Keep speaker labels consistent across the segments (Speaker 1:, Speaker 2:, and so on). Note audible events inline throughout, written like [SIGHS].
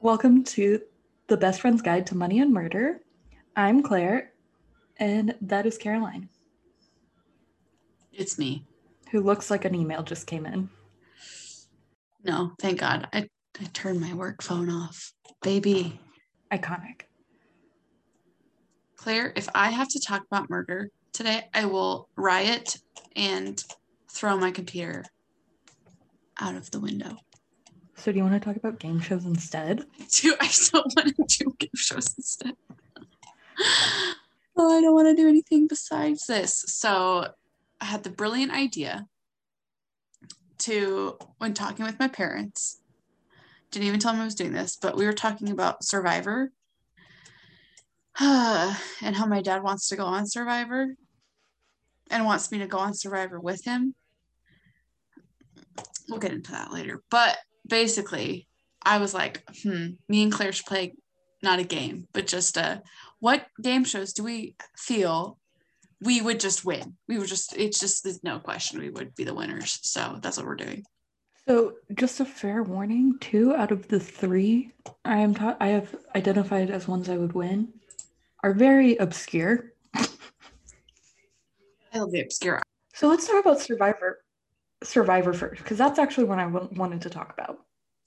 Speaker 1: Welcome to the Best Friend's Guide to Money and Murder. I'm Claire, and that is Caroline,
Speaker 2: It's me.
Speaker 1: who looks like an email just came in.
Speaker 2: No, thank God. I, I turned my work phone off. Baby.
Speaker 1: Iconic.
Speaker 2: Claire, if I have to talk about murder today, I will riot and throw my computer out of the window.
Speaker 1: So, do you want to talk about game shows instead?
Speaker 2: Do [LAUGHS] I still want to do gift shows instead? well, I don't want to do anything besides this. So I had the brilliant idea to, when talking with my parents, didn't even tell them I was doing this, but we were talking about Survivor [SIGHS] and how my dad wants to go on Survivor and wants me to go on Survivor with him. We'll get into that later. But basically, I was like, hmm, me and Claire should play not a game, but just a what game shows do we feel we would just win? We would just, it's just, there's no question we would be the winners. So that's what we're doing.
Speaker 1: So, just a fair warning: two out of the three I am taught I have identified as ones I would win are very obscure.
Speaker 2: It'll be obscure.
Speaker 1: So, let's talk about Survivor. Survivor first, because that's actually what I wa- wanted to talk about.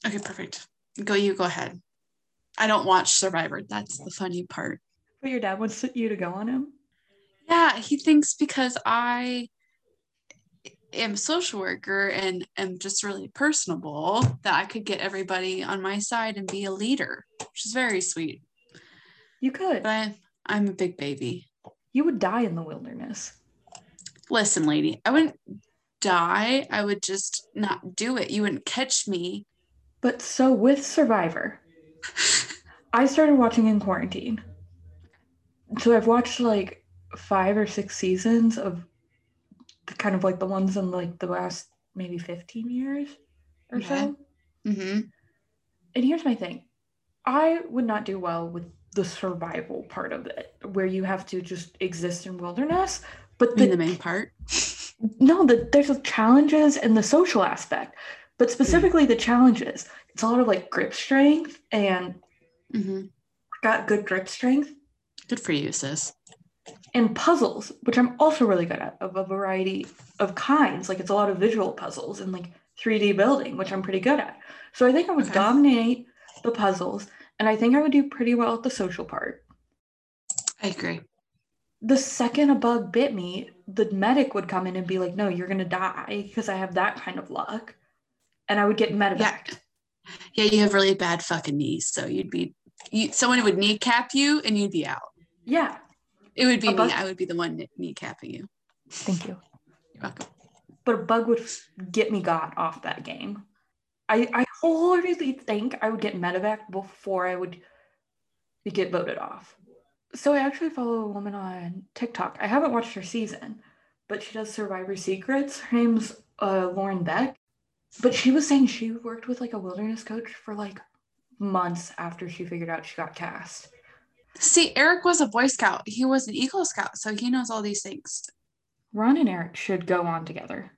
Speaker 2: Okay, perfect. Go, you go ahead. I don't watch Survivor. That's the funny part.
Speaker 1: But your dad wants you to go on him.
Speaker 2: Yeah, he thinks because I am a social worker and am just really personable that I could get everybody on my side and be a leader, which is very sweet.
Speaker 1: You could.
Speaker 2: But I, I'm a big baby.
Speaker 1: You would die in the wilderness.
Speaker 2: Listen, lady, I wouldn't die. I would just not do it. You wouldn't catch me.
Speaker 1: But so with Survivor, I started watching in quarantine. So I've watched like five or six seasons of the kind of like the ones in like the last maybe 15 years or
Speaker 2: Okay.
Speaker 1: so.
Speaker 2: hmm
Speaker 1: And here's my thing I would not do well with the survival part of it, where you have to just exist in wilderness. But
Speaker 2: In
Speaker 1: the
Speaker 2: the main part.
Speaker 1: no the, there's the challenges and the social aspect but specifically the challenges it's a lot of like grip strength and
Speaker 2: hmm
Speaker 1: got good grip strength
Speaker 2: Good for you, sis.
Speaker 1: and puzzles which i'm also really good at of a variety of kinds like it's a lot of visual puzzles and like 3d building which i'm pretty good at so i think i would
Speaker 2: Okay.
Speaker 1: dominate the puzzles and i think i would do pretty well at the social part
Speaker 2: I agree.
Speaker 1: the second a bug bit me, the medic would come in and be like, "No, you're gonna die because I have that kind of luck," and I would get medevaced.
Speaker 2: Yeah, you have really bad fucking knees. So you'd be, you, someone would kneecap you and you'd be out.
Speaker 1: Yeah,
Speaker 2: It would be
Speaker 1: A
Speaker 2: me.
Speaker 1: bus-
Speaker 2: I would be the one kn- kneecapping you.
Speaker 1: thank you.
Speaker 2: You're welcome.
Speaker 1: But a bug would f- get me got off that game. I I wholeheartedly think I would get medevaced before I would get voted off. So I actually follow a woman on TikTok. I haven't watched her season, but she does Survivor Secrets. Her name's uh, Lauren Beck. But she was saying she worked with like a wilderness coach for like months after she figured out she got cast.
Speaker 2: See, Eric was a Boy Scout. He was an Eagle Scout, so he knows all these things.
Speaker 1: Ron and Eric should go on together.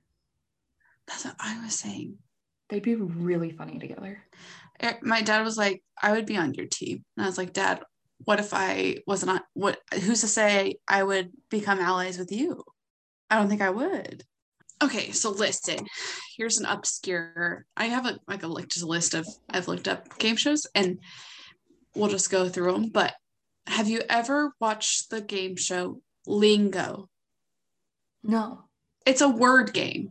Speaker 2: That's what I was saying.
Speaker 1: They'd be really funny together.
Speaker 2: Eric, my dad was like, "I would be on your team," and I was like, "Dad, what if I wasn't on? What? Who's to say I would become allies with you? I don't think I would." Okay, so listen, here's an obscure. I have a like a like just a list of I've looked up game shows, and we'll just go through them. But have you ever watched the game show Lingo?
Speaker 1: No.
Speaker 2: it's a word game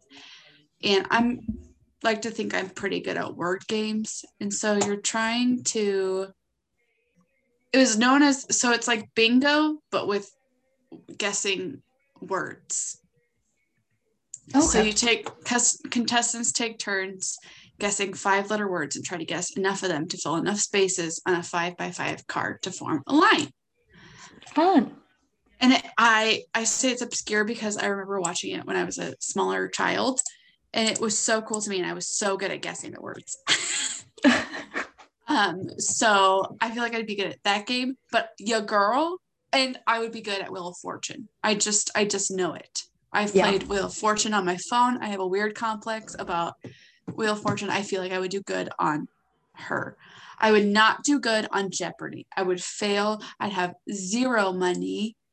Speaker 2: and i'm like to think i'm pretty good at word games and so you're trying to it was known as so it's like bingo but with guessing words so
Speaker 1: Okay.
Speaker 2: you take cus- contestants take turns guessing five letter words and try to guess enough of them to fill enough spaces on a five by five card to form a line
Speaker 1: Fun.
Speaker 2: and it, I I say it's obscure because I remember watching it when I was a smaller child, and it was so cool to me, and I was so good at guessing the words. [LAUGHS] um, so I feel like I'd be good at that game. But your girl and I would be good at Wheel of Fortune. I just I just know it. I've played Wheel of Fortune on my phone. I have a weird complex about Wheel of Fortune. I feel like I would do good on her. I would not do good on Jeopardy. I would fail. I'd have zero money.
Speaker 1: [LAUGHS]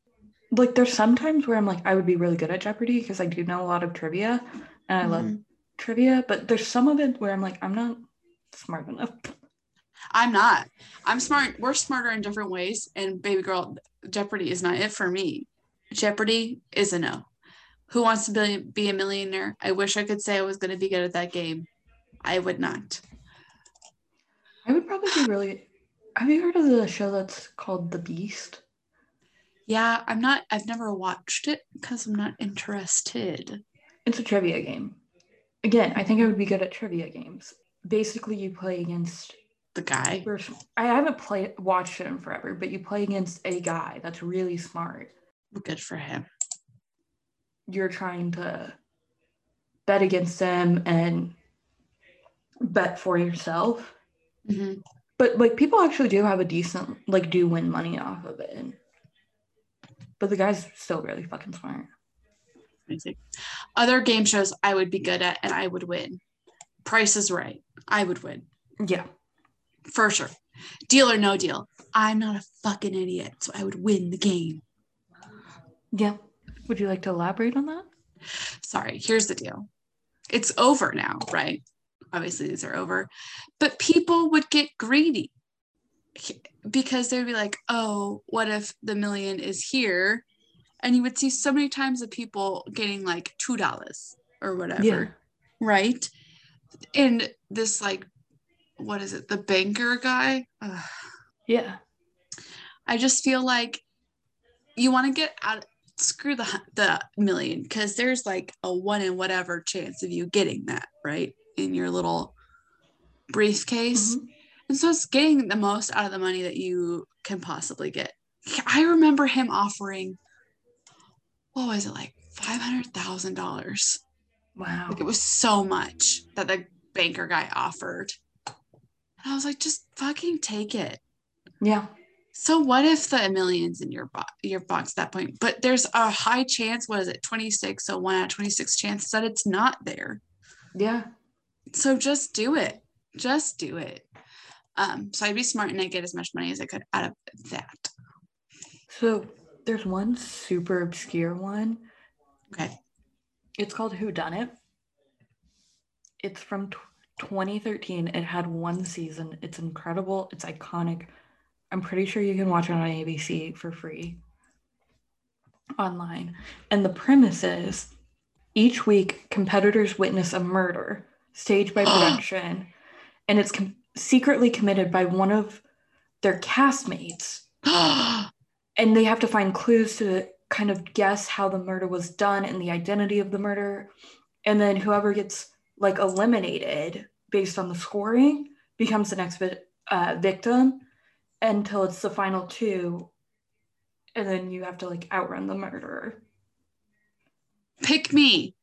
Speaker 1: Like there's sometimes where I'm like, I would be really good at Jeopardy because I do know a lot of trivia and I love
Speaker 2: Mhm.
Speaker 1: trivia, but there's some of it where I'm like, I'm not smart enough.
Speaker 2: I'm not. I'm smart. We're smarter in different ways. And baby girl, Jeopardy is not it for me. Jeopardy is a no. Who wants to be, be a millionaire? I wish I could say I was going to be good at that game. I would not.
Speaker 1: I would probably be really have you heard of the show that's called The Beast?
Speaker 2: Yeah, I'm not. I've never watched it because I'm not interested.
Speaker 1: It's a trivia game. Again, I think I would be good at trivia games. Basically, you play against
Speaker 2: The guy.
Speaker 1: First- I haven't played watched it in forever, but you play against a guy that's really smart.
Speaker 2: Good for him.
Speaker 1: You're trying to bet against him and bet for yourself.
Speaker 2: Mhm.
Speaker 1: But like people actually do have a decent like do win money off of it. But the guy's still really fucking smart.
Speaker 2: Amazing. Other game shows I would be good at and I would win. Price is Right. I would win.
Speaker 1: Yeah.
Speaker 2: for sure. Deal or no deal. I'm not a fucking idiot, so I would win the game.
Speaker 1: Yeah. Would you like to elaborate on that?
Speaker 2: Sorry, here's the deal. It's over now, right? Obviously, these are over, but people would get greedy because they'd be like, oh, what if the million is here? And you would see so many times of people getting like $2 or whatever. right? And this, like, what is it? The banker guy? Ugh.
Speaker 1: Yeah.
Speaker 2: I just feel like you want to get out. Screw the hu- the million because there's like a one in whatever chance of you getting that right in your little briefcase,
Speaker 1: Mhm.
Speaker 2: and so it's getting the most out of the money that you can possibly get. I remember him offering, what was it like, five hundred thousand dollars?
Speaker 1: Wow.
Speaker 2: Like it was so much that the banker guy offered, and I was like, just fucking take it.
Speaker 1: Yeah.
Speaker 2: So what if the millions in your bo- your box at that point? But there's a high chance. What is it? Twenty six. So one out of twenty six chances that it's not there.
Speaker 1: Yeah.
Speaker 2: So just do it. Just do it. Um, so I'd be smart and I'd get as much money as I could out of that.
Speaker 1: So there's one super obscure one
Speaker 2: Okay.
Speaker 1: It's called Who Done It. It's from tw 2013. It had one season. It's incredible. It's iconic. I'm pretty sure you can watch it on ABC for free online. And the premise is each week competitors witness a murder staged by production and it's com- secretly committed by one of their castmates and they have to find clues to kind of guess how the murder was done and the identity of the murder and then whoever gets like eliminated based on the scoring becomes the next vi- uh, victim until it's the final two and then you have to like outrun the murderer
Speaker 2: [GASPS] Pick me.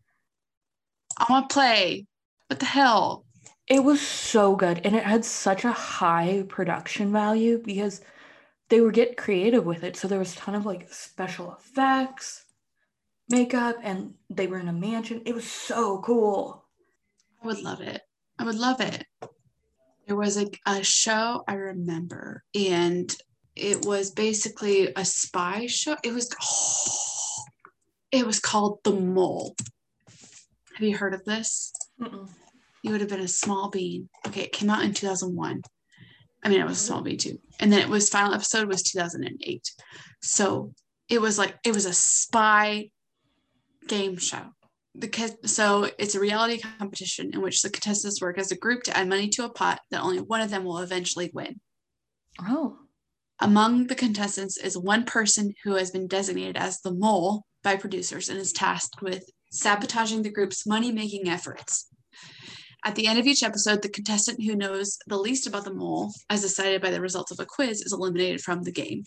Speaker 2: I want to play. What the hell?
Speaker 1: it was so good and it had such a high production value because they were get creative with it so there was a ton of like special effects makeup and they were in a mansion it was so cool
Speaker 2: I would love it. I would love it. There was a, a show I remember, and it was basically a spy show. It was [GASPS] it was called The Mole. Have you heard of this?
Speaker 1: Mm-mm.
Speaker 2: You would have been a small bean. Okay, it came out in 2001. I mean, I was a small bean too. And then it was final episode was 2008. So it was like it was a spy game show. Because so it's a reality competition in which the contestants work as a group to add money to a pot that only one of them will eventually win.
Speaker 1: oh
Speaker 2: Among the contestants is one person who has been designated as the mole by producers and is tasked with sabotaging the group's money making efforts. At the end of each episode, the contestant who knows the least about the mole, as decided by the results of a quiz, is eliminated from the game.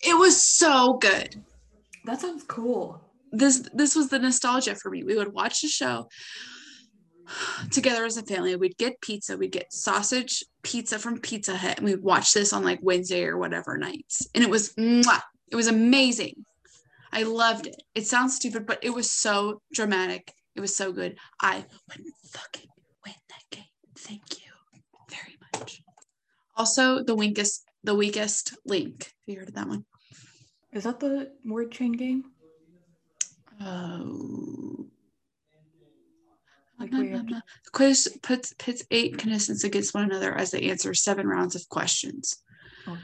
Speaker 2: It was so good.
Speaker 1: that sounds cool
Speaker 2: This this was the nostalgia for me. We would watch the show together as a family. We'd get pizza, we'd get sausage pizza from Pizza Hut, and we'd watch this on like Wednesday or whatever nights. And it was mwah, It was amazing. I loved it. It sounds stupid, but it was so dramatic. It was so good. I would fucking win that game. Thank you very much. Also, the weakest, the weakest link. Have you heard of that one?
Speaker 1: Is that the word chain game?
Speaker 2: Oh.
Speaker 1: Like we had-
Speaker 2: [LAUGHS] Quiz puts pits eight contestants against one another as they answer seven rounds of questions.
Speaker 1: Oh,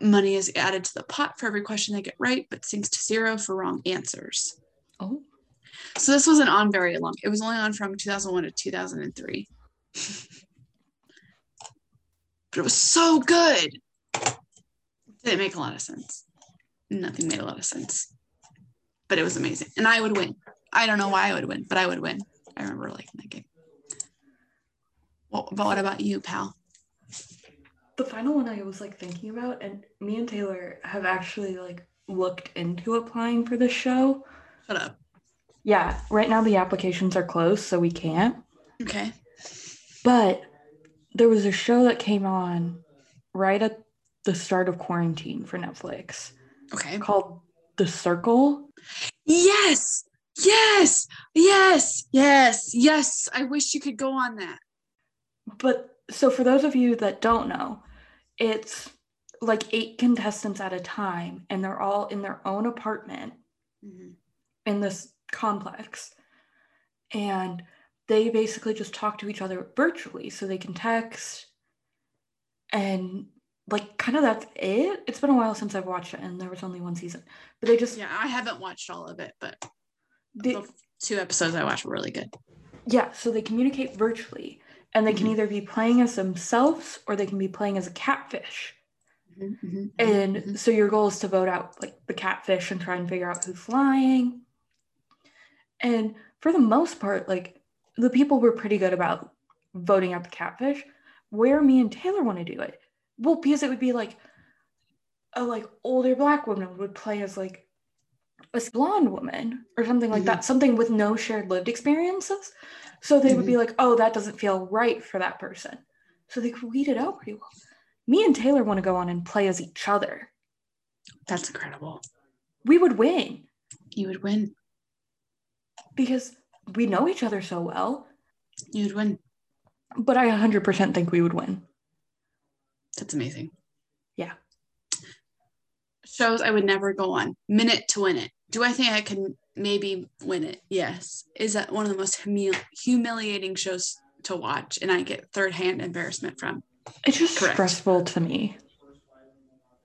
Speaker 2: Money is added to the pot for every question they get right, but sinks to zero for wrong answers.
Speaker 1: Oh,
Speaker 2: So this wasn't on very long. It was only on from 2001 to 2003. but it was so good. Didn't make a lot of sense. Nothing made a lot of sense. But it was amazing. And I would win. I don't know why I would win, but I would win. I remember liking that game. Well, but what about you, pal?
Speaker 1: the final one I was like thinking about, and me and Taylor have actually like looked into applying for this show.
Speaker 2: Shut up.
Speaker 1: Yeah, right now the applications are closed, so we can't.
Speaker 2: Okay.
Speaker 1: But there was a show that came on right at the start of quarantine for Netflix
Speaker 2: Okay.
Speaker 1: called The Circle.
Speaker 2: Yes. Yes. Yes. Yes. Yes. I wish you could go on that.
Speaker 1: But so, for those of you that don't know, it's like eight contestants at a time, and they're all in their own apartment
Speaker 2: Mm-hmm.
Speaker 1: in this complex. And they basically just talk to each other virtually so they can text. And like, kind of that's it. It's been a while since I've watched it, and there was only one season. But they just,
Speaker 2: Yeah, I haven't watched all of it, but
Speaker 1: they-
Speaker 2: the two episodes I watched were really good.
Speaker 1: yeah, so they communicate virtually. And they can
Speaker 2: Mhm.
Speaker 1: either be playing as themselves or they can be playing as a catfish. And
Speaker 2: Mhm.
Speaker 1: so your goal is to vote out like the catfish and try and figure out who's lying. And for the most part, like the people were pretty good about voting out the catfish. Where me and Taylor want to do it, well, because it would be like a like older black woman would play as like a blonde woman or something like
Speaker 2: Mhm.
Speaker 1: that, something with no shared lived experiences. So they would be like, oh, that doesn't feel right for that person. So they could weed it out pretty well. Me and Taylor want to go on and play as each other.
Speaker 2: That's incredible.
Speaker 1: We would win
Speaker 2: You would win.
Speaker 1: because we know each other so well,
Speaker 2: You would win.
Speaker 1: but I 100% think we would win.
Speaker 2: That's amazing.
Speaker 1: Yeah.
Speaker 2: Shows I would never go on. Minute to win it. Do I think I can maybe win it? Yes. Is that one of the most humil- humiliating shows to watch and I get third hand embarrassment from?
Speaker 1: It's just
Speaker 2: Correct.
Speaker 1: stressful to me.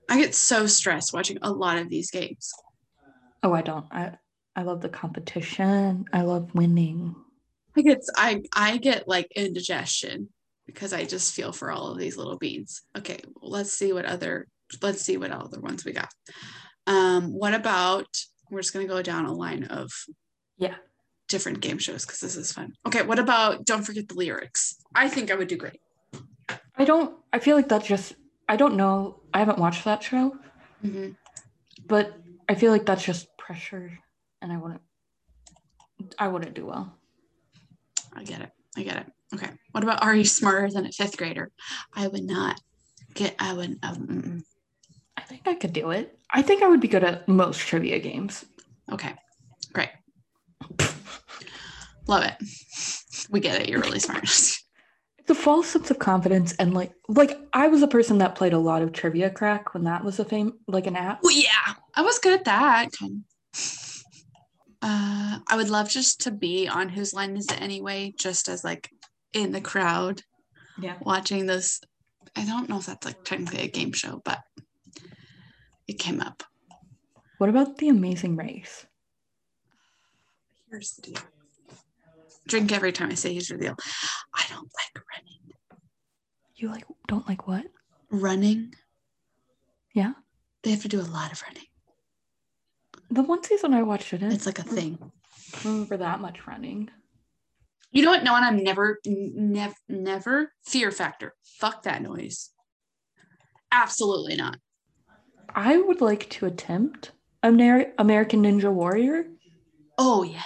Speaker 2: I get so stressed watching a lot of these games.
Speaker 1: Oh, I don't. I, I love the competition, I love winning.
Speaker 2: I get I I get like indigestion because I just feel for all of these little beans. Okay, well, let's see what other let's see what other ones we got. Um, what about we're just gonna go down a line of
Speaker 1: Yeah.
Speaker 2: different game shows because this is fun. Okay, what about don't forget the lyrics? I think I would do great.
Speaker 1: I don't, I feel like that's just, I don't know. I haven't watched that show,
Speaker 2: Mhm.
Speaker 1: but I feel like that's just pressure and I wouldn't, I wouldn't do well.
Speaker 2: I get it. I get it. Okay. What about are you smarter than a fifth grader? I would not get. I would. Um, mm-mm.
Speaker 1: I think I could do it. I think I would be good at most trivia games.
Speaker 2: Okay, great. Love it. We get it. You're really smart.
Speaker 1: It's a false sense of confidence and like like I was a person that played a lot of trivia crack when that was a fame like an app.
Speaker 2: [LAUGHS] well, yeah, I was good at that. Kind of. Uh, I would love just to be on Whose Line Is It Anyway, just as like in the crowd
Speaker 1: Yeah.
Speaker 2: watching this. I don't know if that's like technically a game show, but it came up.
Speaker 1: What about the amazing race?
Speaker 2: Here's the deal. Drink every time I say here's the deal. I don't like running.
Speaker 1: You like don't like what?
Speaker 2: Running.
Speaker 1: Yeah.
Speaker 2: They have to do a lot of running.
Speaker 1: The one season I watched it in
Speaker 2: It's like a thing.
Speaker 1: I don't remember that much running.
Speaker 2: You know what? No, and I'm never, never, never fear factor. Fuck that noise. Absolutely not.
Speaker 1: I would like to attempt Amer- American Ninja Warrior
Speaker 2: Oh yeah, yeah.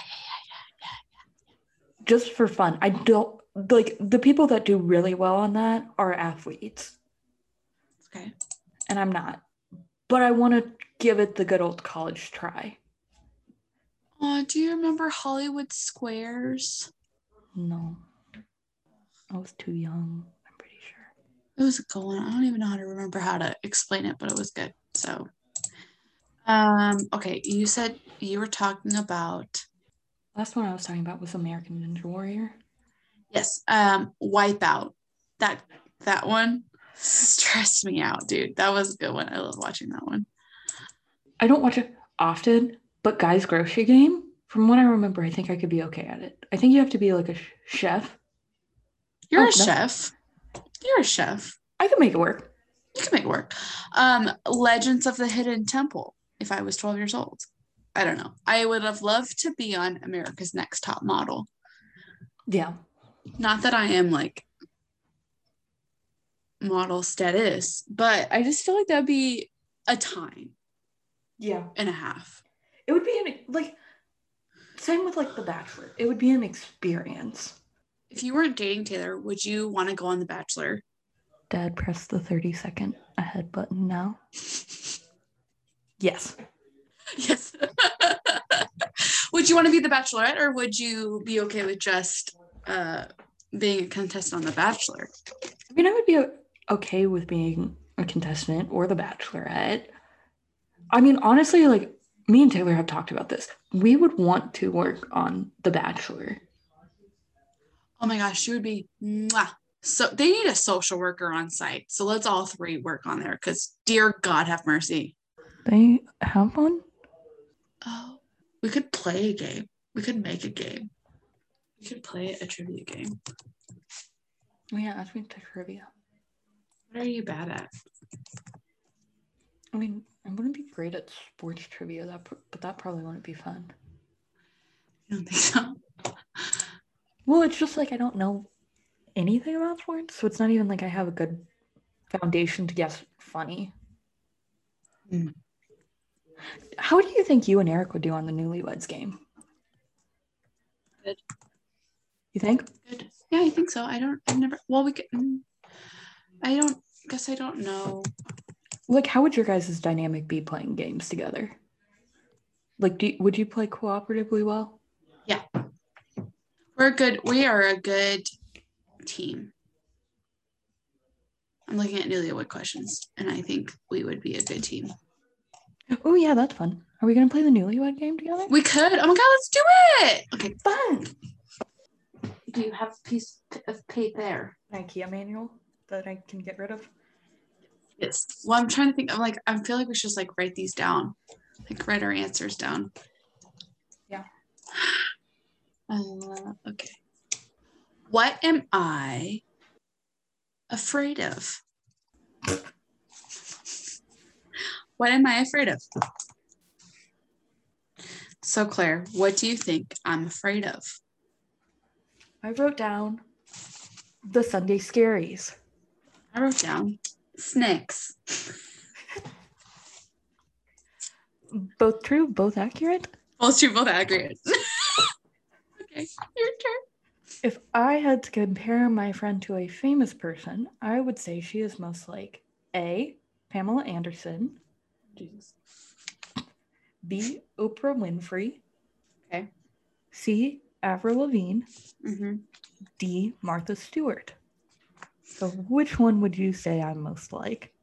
Speaker 1: just for fun. I don't like the people that do really well on that are athletes
Speaker 2: yeah. Okay.
Speaker 1: and I'm not. But I want to give it the good old college try.
Speaker 2: Oh, do you remember Hollywood Squares?
Speaker 1: No. I was too young, I'm pretty sure.
Speaker 2: It was a good one. I don't even know how to remember how to explain it, but it was good. So, um, okay, you said you were talking about
Speaker 1: Last one I was talking about was American Ninja Warrior.
Speaker 2: yes, um, Wipeout. That that one stressed me out, dude. That was a good one. I love watching that one.
Speaker 1: I don't watch it often, but Guy's Grocery Game, from what I remember, I think I could be okay at it. I think you have to be like a sh- chef.
Speaker 2: You're
Speaker 1: Oh,
Speaker 2: a
Speaker 1: no.
Speaker 2: chef. You're a chef.
Speaker 1: I could make it work.
Speaker 2: You can make it work. Um, Legends of the Hidden Temple. If I was 12 years old, I don't know. I would have loved to be on America's Next Top Model.
Speaker 1: Yeah.
Speaker 2: Not that I am like model status, but I just feel like that'd be a time
Speaker 1: Yeah.
Speaker 2: and a half.
Speaker 1: It would be an like same with like The Bachelor. It would be an experience.
Speaker 2: If you weren't dating Taylor, would you want to go on The Bachelor? [LAUGHS]
Speaker 1: Dad, press the 30 second ahead button now. Yes.
Speaker 2: yes. [LAUGHS] would you want to be The Bachelorette or would you be okay with just uh, being a contestant on The Bachelor?
Speaker 1: I mean, I would be o- okay with being a contestant or the bachelorette. I mean, honestly, like me and Taylor have talked about this. We would want to work on The Bachelor.
Speaker 2: Oh my gosh, she would be mwah. so they need a social worker on site. So let's all three work on there because dear God have mercy.
Speaker 1: They have one?
Speaker 2: Oh, we could play a game. We could make a game. We could play a trivia game.
Speaker 1: Yeah, ask me to trivia.
Speaker 2: What are you bad at?
Speaker 1: I mean, I wouldn't be great at sports trivia, that pr- but that probably wouldn't be fun.
Speaker 2: I don't think so.
Speaker 1: Well, it's just like I don't know anything about sports, so it's not even like I have a good foundation to guess funny.
Speaker 2: Hmm.
Speaker 1: How do you think you and Eric would do on the newlyweds game?
Speaker 2: Good.
Speaker 1: You think?
Speaker 2: Good. Yeah, I think so. I don't. I've never. Well, we could. mm, I don't. Guess I don't know.
Speaker 1: Like, how would your guys' dynamic be playing games together? Like, do you, would you play cooperatively well?
Speaker 2: We're a good. We are a good team. I'm looking at newlywed questions, and I think we would be a good team.
Speaker 1: Oh yeah, that's fun. Are we gonna play the newlywed game together?
Speaker 2: We could. Oh my god, let's do it. Okay.
Speaker 1: fun.
Speaker 2: Do you have a piece of paper there?
Speaker 1: IKEA manual that I can get rid of.
Speaker 2: Yes. Well, I'm trying to think. I'm like, I feel like we should just like write these down, like write our answers down.
Speaker 1: Yeah.
Speaker 2: Uh, okay. What am I afraid of? What am I afraid of? So, Claire, what do you think I'm afraid of?
Speaker 1: I wrote down the Sunday scaries.
Speaker 2: I wrote down snakes.
Speaker 1: Both true, both accurate.
Speaker 2: Both true, both accurate. [LAUGHS] okay, your turn.
Speaker 1: If I had to compare my friend to a famous person, I would say she is most like A. Pamela Anderson, B. Oprah Winfrey,
Speaker 2: Okay.
Speaker 1: C. Avril Lavigne,
Speaker 2: Mm-hmm.
Speaker 1: D. Martha Stewart. So, which one would you say I'm most like?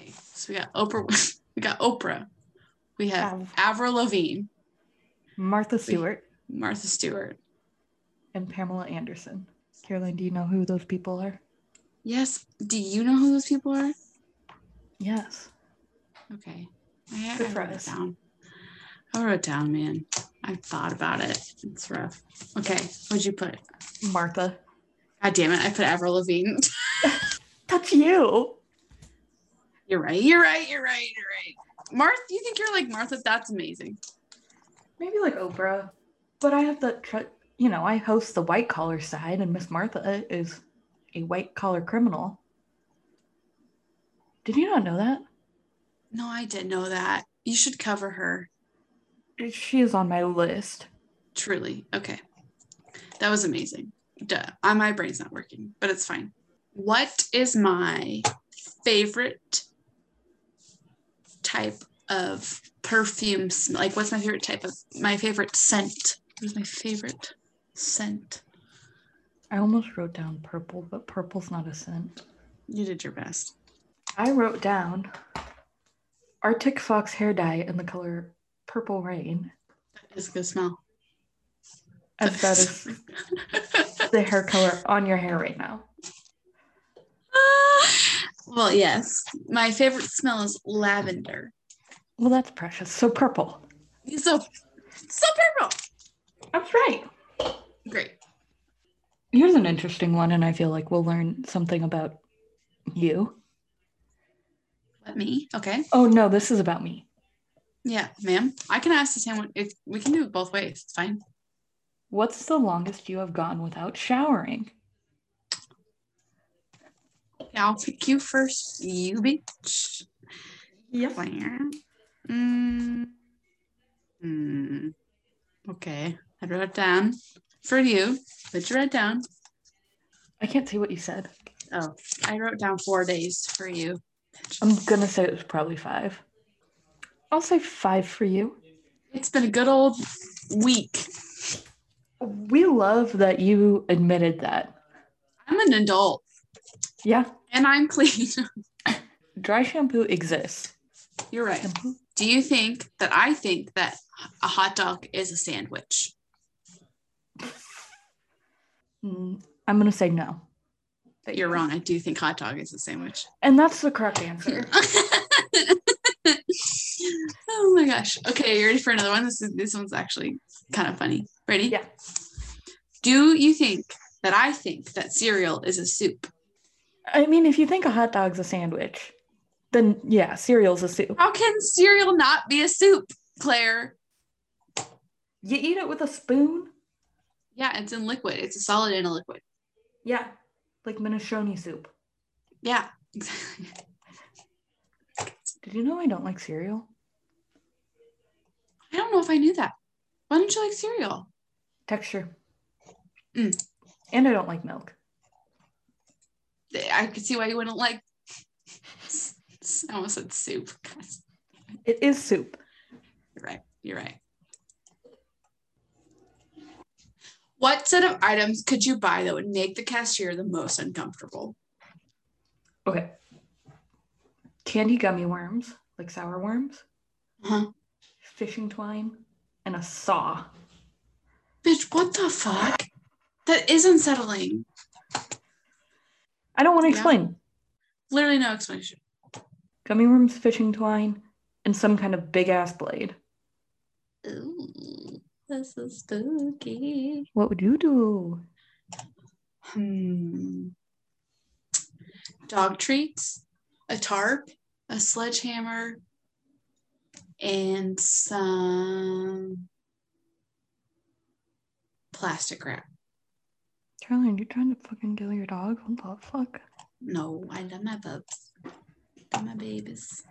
Speaker 2: Okay, so we got Oprah. [LAUGHS] We got Oprah. We have
Speaker 1: Av.
Speaker 2: Avril Lavigne,
Speaker 1: Martha Stewart
Speaker 2: Martha Stewart.
Speaker 1: and Pamela Anderson. Caroline, do you know who those people are?
Speaker 2: Yes. Do you know who those people are?
Speaker 1: Yes.
Speaker 2: Okay. I, I
Speaker 1: Good for
Speaker 2: wrote it
Speaker 1: us.
Speaker 2: down. I wrote it down, man. I thought about it. It's rough. Okay. What'd you put?
Speaker 1: Martha.
Speaker 2: God damn it. I put Avril Lavigne. [LAUGHS]
Speaker 1: That's you.
Speaker 2: you're right. You're right. You're right. You're right. Martha, you think you're like Martha? That's amazing.
Speaker 1: Maybe like Oprah, but I have that, tr- you know, I host the white collar side, and Miss Martha is a white collar criminal. Did you not know that?
Speaker 2: No, I didn't know that. You should cover her.
Speaker 1: She is on my list.
Speaker 2: Truly. Okay. That was amazing. Duh. Uh, My brain's not working, but it's fine. What is my favorite type of perfume? sm- Like, what's my favorite type of my favorite scent? What is my favorite scent?
Speaker 1: I almost wrote down purple, but purple's not a scent.
Speaker 2: You did your best.
Speaker 1: I wrote down Arctic Fox hair dye in the color purple rain,
Speaker 2: It's a good smell.
Speaker 1: as that [LAUGHS] is the hair color on your hair right now.
Speaker 2: Ah! well, yes. My favorite smell is lavender.
Speaker 1: Well, that's precious. So purple.
Speaker 2: So, so purple.
Speaker 1: That's right.
Speaker 2: Great.
Speaker 1: Here's an interesting one, and I feel like we'll learn something about you.
Speaker 2: Let me. Okay.
Speaker 1: Oh, no, this is about me.
Speaker 2: Yeah, ma'am. I can ask the same one. If we can do it both ways, it's fine.
Speaker 1: What's the longest you have gone without showering?
Speaker 2: Yeah, I'll pick you first. You bitch.
Speaker 1: Yep.
Speaker 2: Mm. Hmm. Okay. I wrote it down for you. Did you write down?
Speaker 1: I can't see what you said.
Speaker 2: Oh, I wrote down four days for you.
Speaker 1: I'm gonna say it was probably five. I'll say five for you.
Speaker 2: It's been a good old week.
Speaker 1: We love that you admitted that.
Speaker 2: I'm an adult
Speaker 1: Yeah,
Speaker 2: and I'm clean. [LAUGHS]
Speaker 1: dry shampoo exists.
Speaker 2: You're right.
Speaker 1: Shampoo?
Speaker 2: Do you think that I think that a hot dog is a sandwich?
Speaker 1: Mm, I'm gonna say no.
Speaker 2: That you're wrong. I do think hot dog is a sandwich.
Speaker 1: And that's the correct
Speaker 2: [LAUGHS]
Speaker 1: answer.
Speaker 2: oh my gosh. Okay, you ready for another one? This is this one's actually kind of funny. Ready?
Speaker 1: Yeah.
Speaker 2: Do you think that I think that cereal is a soup?
Speaker 1: I mean, if you think a hot dog's a sandwich, then yeah, cereal's a soup.
Speaker 2: How can cereal not be a soup, Claire?
Speaker 1: You eat it with a spoon?
Speaker 2: Yeah, it's in liquid. It's a solid in a liquid.
Speaker 1: Yeah, like minestrone soup.
Speaker 2: Yeah, exactly.
Speaker 1: Did you know I don't like cereal?
Speaker 2: I don't know if I knew that. Why don't you like cereal?
Speaker 1: Texture.
Speaker 2: Mm.
Speaker 1: And I don't like milk.
Speaker 2: I could see why you wouldn't like. [LAUGHS] I almost said soup. God,
Speaker 1: It is soup.
Speaker 2: You're right. You're right. What set of items could you buy that would make the cashier the most uncomfortable?
Speaker 1: Okay. Candy gummy worms, like sour worms,
Speaker 2: Huh?
Speaker 1: fishing twine, and a saw.
Speaker 2: Bitch, what the fuck? That is unsettling.
Speaker 1: I don't want to
Speaker 2: Yeah.
Speaker 1: explain.
Speaker 2: Literally no explanation.
Speaker 1: Gummy worms, fishing twine, and some kind of big ass blade.
Speaker 2: Ooh, this is spooky.
Speaker 1: What would you do?
Speaker 2: Hmm. Dog treats, a tarp, a sledgehammer, and some plastic wrap.
Speaker 1: Caroline, you're trying to fucking kill your dog? What the fuck?
Speaker 2: No, I love my pups. Love my babies.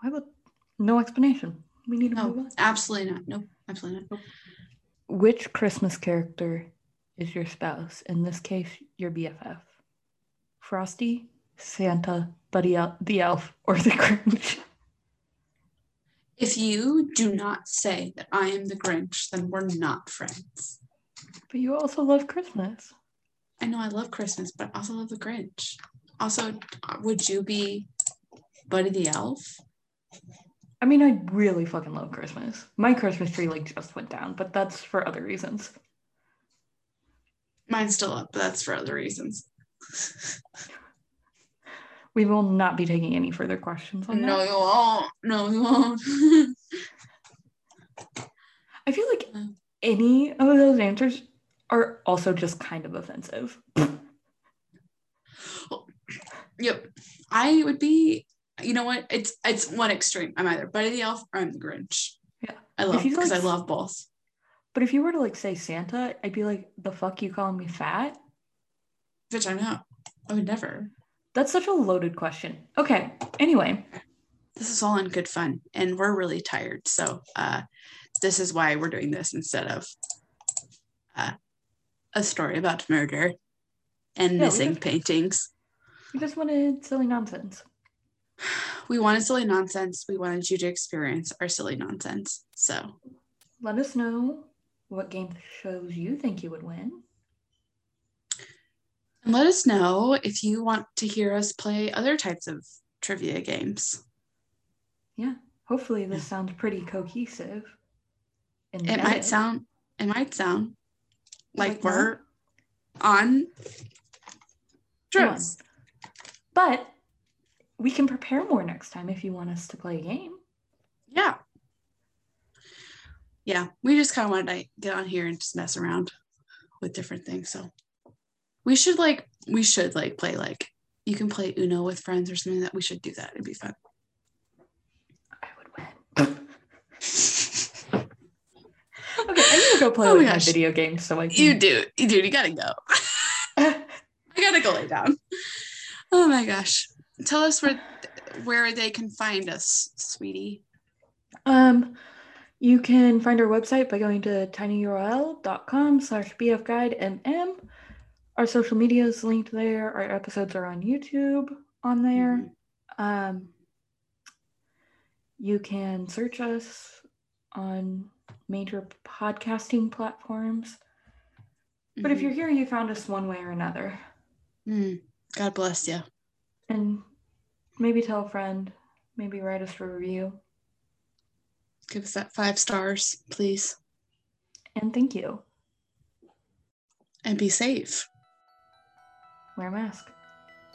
Speaker 1: Why would no explanation? We need to move
Speaker 2: No,
Speaker 1: on.
Speaker 2: absolutely not. Nope, absolutely not.
Speaker 1: Which Christmas character is your spouse? In this case, your BFF. Frosty, Santa, Buddy El- the Elf, or the [LAUGHS] Grinch?
Speaker 2: If you do not say that I am the Grinch, then we're not friends.
Speaker 1: But you also love Christmas.
Speaker 2: I know I love Christmas, but I also love the Grinch. Also, uh, would you be Buddy the Elf?
Speaker 1: I mean, I really fucking love Christmas. My Christmas tree like just went down, but that's for other reasons.
Speaker 2: Mine's still up, but that's for other reasons.
Speaker 1: We will not be taking any further questions on
Speaker 2: No,
Speaker 1: that.
Speaker 2: you won't. No, you won't. [LAUGHS]
Speaker 1: I feel like
Speaker 2: Mm.
Speaker 1: any of those answers are also just kind of offensive.
Speaker 2: yep. I would be, you know what? It's it's one extreme. I'm either Buddy the Elf or I'm the Grinch.
Speaker 1: Yeah.
Speaker 2: I love
Speaker 1: you
Speaker 2: because
Speaker 1: like-
Speaker 2: I love both.
Speaker 1: But if you were to like say Santa, I'd be like, the fuck you calling me fat?
Speaker 2: Bitch, I know. I would Oh, never.
Speaker 1: That's such a loaded question. Okay. Anyway,
Speaker 2: This is all in good fun. And we're really tired. So uh this is why we're doing this instead of uh, a story about murder and
Speaker 1: Yeah, we
Speaker 2: missing
Speaker 1: could-
Speaker 2: paintings.
Speaker 1: we just wanted silly nonsense.
Speaker 2: We wanted silly nonsense. We wanted you to experience our silly nonsense. So
Speaker 1: Let us know what game shows you think you would win.
Speaker 2: and let us know if you want to hear us play other types of trivia games.
Speaker 1: Hopefully, this sounds pretty cohesive. and
Speaker 2: It might
Speaker 1: valid.
Speaker 2: sound it might sound
Speaker 1: Like what?
Speaker 2: like, we're on drugs.
Speaker 1: but we can prepare more next time if you want us to play a game.
Speaker 2: Yeah. Yeah. We just kind of wanted to get on here and just mess around with different things. So we should like, we should like play like, you can play Uno with friends or something that we should do that. It'd be fun.
Speaker 1: I would
Speaker 2: [LAUGHS]
Speaker 1: win. [LAUGHS] okay, I need to go play
Speaker 2: Oh my
Speaker 1: with my
Speaker 2: gosh.
Speaker 1: video games so I can.
Speaker 2: You do, you do, you gotta go.
Speaker 1: [LAUGHS]
Speaker 2: I gotta go lay down. Oh my gosh. Tell us where where they can find us, sweetie.
Speaker 1: Um, you can find our website by going to tinyurl.com slash bfguidemm. Our social media is linked there. Our episodes are on YouTube on there. Um, you can search us on major podcasting platforms. But if
Speaker 2: Mhm.
Speaker 1: you're here, you found us one way or another.
Speaker 2: Mm. God bless you.
Speaker 1: And maybe tell a friend, maybe write us a review.
Speaker 2: Give us that five stars, please.
Speaker 1: And thank you.
Speaker 2: And be safe.
Speaker 1: Wear a mask.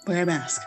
Speaker 2: Wear a mask.